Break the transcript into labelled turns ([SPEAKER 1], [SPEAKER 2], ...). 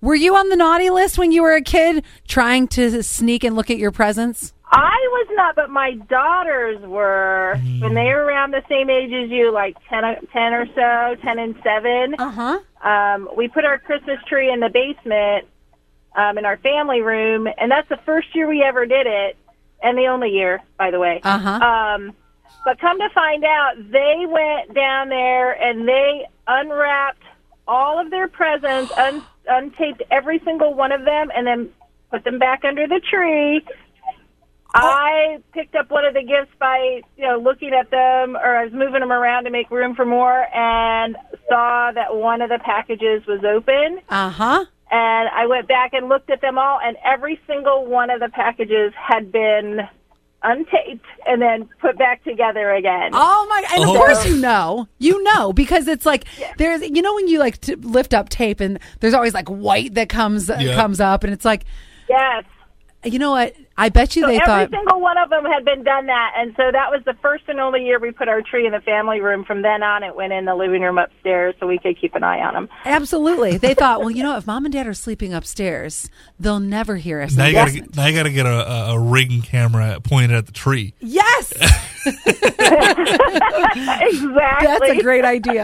[SPEAKER 1] Were you on the naughty list when you were a kid, trying to sneak and look at your presents?
[SPEAKER 2] I was not, but my daughters were when they were around the same age as you, like 10, o- 10 or so, 10 and 7.
[SPEAKER 1] Uh huh.
[SPEAKER 2] Um, we put our Christmas tree in the basement um, in our family room, and that's the first year we ever did it, and the only year, by the way.
[SPEAKER 1] Uh huh.
[SPEAKER 2] Um, but come to find out, they went down there and they unwrapped all of their presents, un- untaped every single one of them, and then put them back under the tree. I picked up one of the gifts by you know looking at them, or I was moving them around to make room for more, and saw that one of the packages was open.
[SPEAKER 1] Uh huh.
[SPEAKER 2] And I went back and looked at them all, and every single one of the packages had been untaped and then put back together again.
[SPEAKER 1] Oh my! And
[SPEAKER 3] Oh.
[SPEAKER 1] of course you know, you know, because it's like there's you know when you like to lift up tape and there's always like white that comes uh,
[SPEAKER 3] Yeah.
[SPEAKER 1] comes up, and it's like
[SPEAKER 2] Yes.
[SPEAKER 1] you know what? I bet you
[SPEAKER 2] So
[SPEAKER 1] they
[SPEAKER 2] every
[SPEAKER 1] thought
[SPEAKER 2] single one of them had been done that, and so that was the first and only year we put our tree in the family room. From then on, it went in the living room upstairs so we could keep an eye on them.
[SPEAKER 1] absolutely. They thought, well, you know, if mom and dad are sleeping upstairs, they'll never hear us. in
[SPEAKER 3] Now
[SPEAKER 1] the
[SPEAKER 3] you gotta
[SPEAKER 1] basement.
[SPEAKER 3] get, now you gotta get a, a, a ring camera pointed at the tree.
[SPEAKER 1] Yes,
[SPEAKER 2] Exactly.
[SPEAKER 1] that's a great idea.